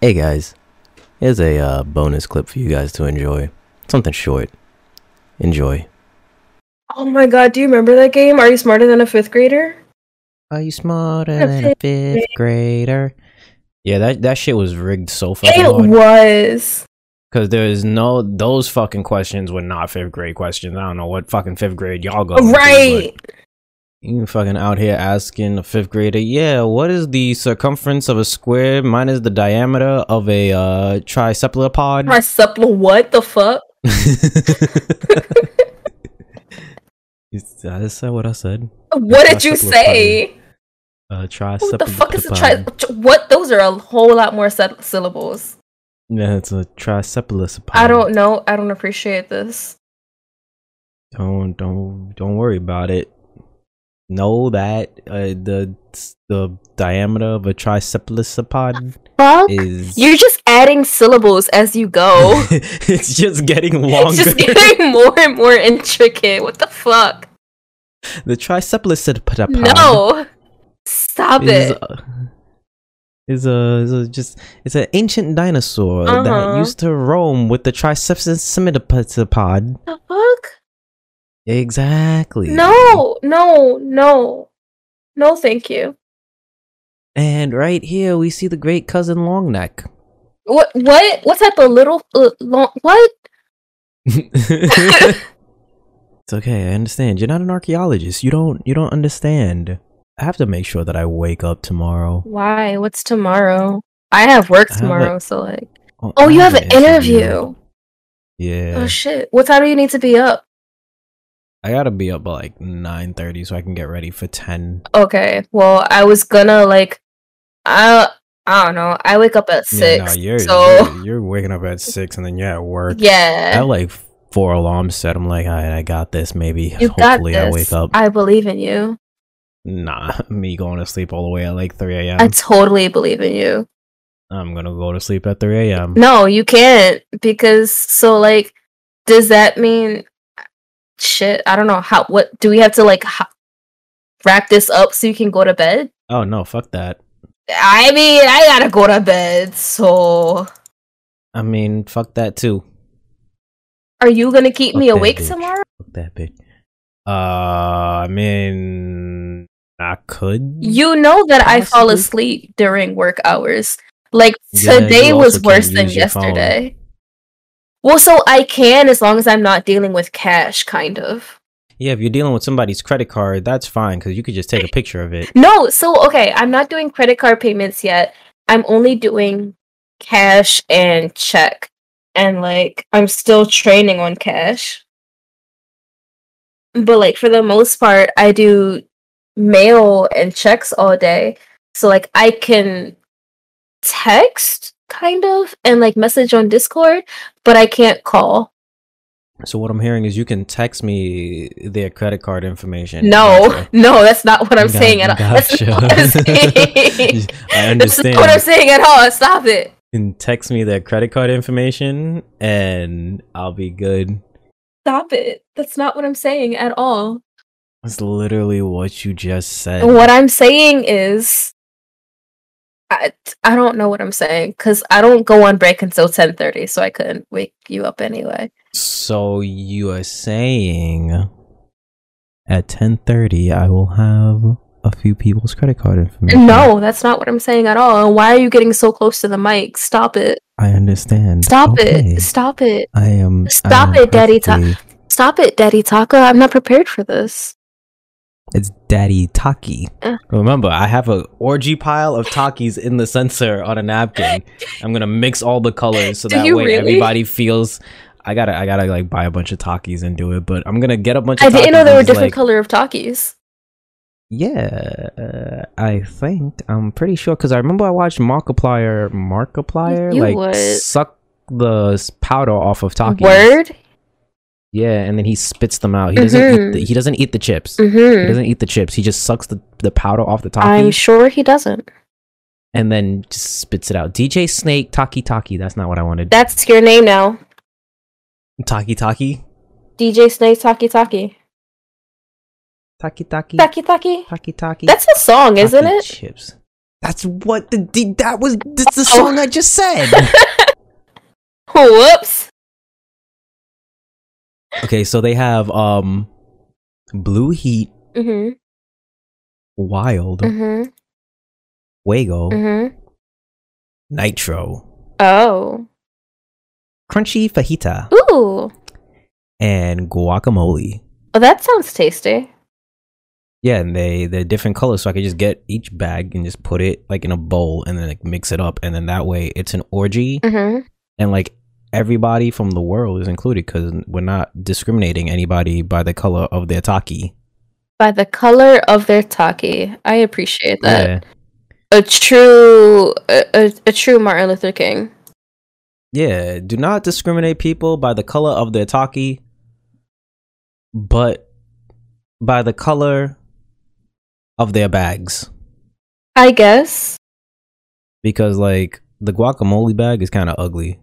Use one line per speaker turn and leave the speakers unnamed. Hey guys, here's a uh, bonus clip for you guys to enjoy. Something short. Enjoy.
Oh my god, do you remember that game? Are you smarter than a fifth grader?
Are you smarter
A than a
fifth grader? Yeah, that that shit was rigged so fucking
It
hard.
was.
Because there's no those fucking questions were not fifth grade questions. I don't know what fucking fifth grade y'all go.
right.
You fucking out here asking a fifth grader, yeah, what is the circumference of a square minus the diameter of a uh, tricephalopod?
My supple what the fuck?
Is that is that what I said?
What did you
tricephalopod.
say?
Uh,
What the
tricephalopod.
fuck is a tri- what those are a whole lot more sy- syllables.
Yeah, it's a tricephalopod.
I don't know. I don't appreciate this.
Don't don't don't worry about it. Know that uh, the the diameter of a tricephalopod
Fuck.
is.
You're just adding syllables as you go.
it's just getting
it's
longer.
just getting more and more intricate. What the fuck?
the tricephalopod.
No. Stop
is,
it.
uh, is a is a just it's an ancient dinosaur that
Uh-huh.
used to roam with the tricephalopod.
The fuck?
Exactly.
No, no, no. No, thank you.
And right here we see the great cousin Longneck.
What? What? What type of little uh, long? What?
it's okay, I understand. You're not an archaeologist. You don't you don't understand. I have to make sure that I wake up tomorrow.
Why? What's tomorrow? I have work
I have a-
tomorrow, so like.
Oh,
Oh,
I
you have an interview.
Yeah.
Oh shit! What time do you need to be up?
I gotta be up by like 9.30 so I can get ready for 10.
Okay. Well, I was gonna like, I I don't know. I wake up at
yeah,
six.
no, you're,
so
you're, you're waking up at 6 and then you're at work. I
yeah,
had, like four alarms set. I'm like, all right, I got this. Maybe
you got
hopefully
this.
I wake up.
I believe in you.
nah, me going to sleep all the way at like 3
I
a.m.
totally believe in you.
I'm gonna go to sleep at 3 a.m.
No, you can't because so like does that mean shit, I don't know how what do we have to like ho- wrap this up so you can go to bed?
Oh no, fuck that.
I mean, I got to go to bed. So
I mean, fuck that too.
are you going to keep me
Fuck that
awake
bitch.
tomorrow?
Fuck that bitch. Uh, I mean, I could.
You know that I fall
Possibly.
asleep during work hours. Like
Yeah, you
today
also
was
can't
worse than
use your phone.
yesterday. Well, so I can as long as I'm not dealing with cash kind of.
Yeah, if you're dealing with somebody's credit card, that's fine because you could just take a picture of it.
No, so okay, I'm not doing credit card payments yet. I'm only doing cash and check. And like I'm still training on cash. But like for the most part, I do mail and checks all day. So like I can text kind of and like message on Discord, but I can't call.
So what I'm hearing is you can text me their credit card information.
No,
Gotcha.
no, that's not what I'm
Got-
saying at all. That's not what I'm
gotcha.
saying.
I
That's not
understand.
what I'm saying at all. Stop it.
can text me their credit card information and I'll be good.
Stop it. That's not what I'm saying at all.
That's literally what you just said.
What I'm saying is I, I don't know what I'm saying cuz I don't go on break until 10:30 so I couldn't wake you up anyway.
So you are saying at 10:30 I will have a few people's credit card information.
No, that's not what I'm saying at all. And why are you getting so close to the mic? Stop it.
I understand.
Stop
Okay.
it. Stop it.
I am I
Stop
am
it, Daddy Ta-
perfectly-
Stop it, Daddy Taka. I'm not prepared for this.
It's Daddy Taki.
Uh.
Remember, I have a orgy pile of Takis in the sensor on a napkin. I'm gonna mix all the colors so
Do
that
you
way
really?
everybody feels. I gotta, I gotta like buy a bunch of Takis and do it. But I'm gonna get a bunch. of
I didn't
Takis
know
and
there were
just,
different
like,
color of talkies.
Yeah, uh, I think I'm pretty sure because I remember I watched Markiplier, Markiplier,
You
like
would.
suck the s- powder off of Takis.
Word?
Yeah, and then he spits them out. He doesn't. Eat
Mhm.
the, he doesn't eat the chips. He
Mhm.
doesn't eat the chips. He just sucks the, the powder off the
I'm
Taki
sure he doesn't.
and then just spits it out. DJ Snake Taki Taki. That's not what I wanted.
That's your name now.
Taki Taki
DJ Snake Taki Taki.
Taki Taki
Taki Taki.
Taki Taki.
That's a song, isn't
Taki
it?
Chips. That's what the d- that was. That's the
Oh.
song I just said.
Whoops.
okay, so they have um, Blue Heat,
Mhm.
Wild,
Mhm.
Wago,
Mhm.
Nitro,
Oh.
Crunchy Fajita,
Ooh.
and Guacamole.
Oh, that sounds tasty.
Yeah, and they they're different colors, so I could just get each bag and just put it like in a bowl, and then like mix it up, and then that way it's an orgy,
Mhm.
and like everybody from the world is included because we're not discriminating anybody by the color of their taki.
By the color of their taki, I appreciate that.
Yeah,
A true, a, a, a true Martin Luther King.
yeah. Do not discriminate people by the color of their taki, but by the color of their bags.
I guess.
because like the guacamole bag is kind of ugly.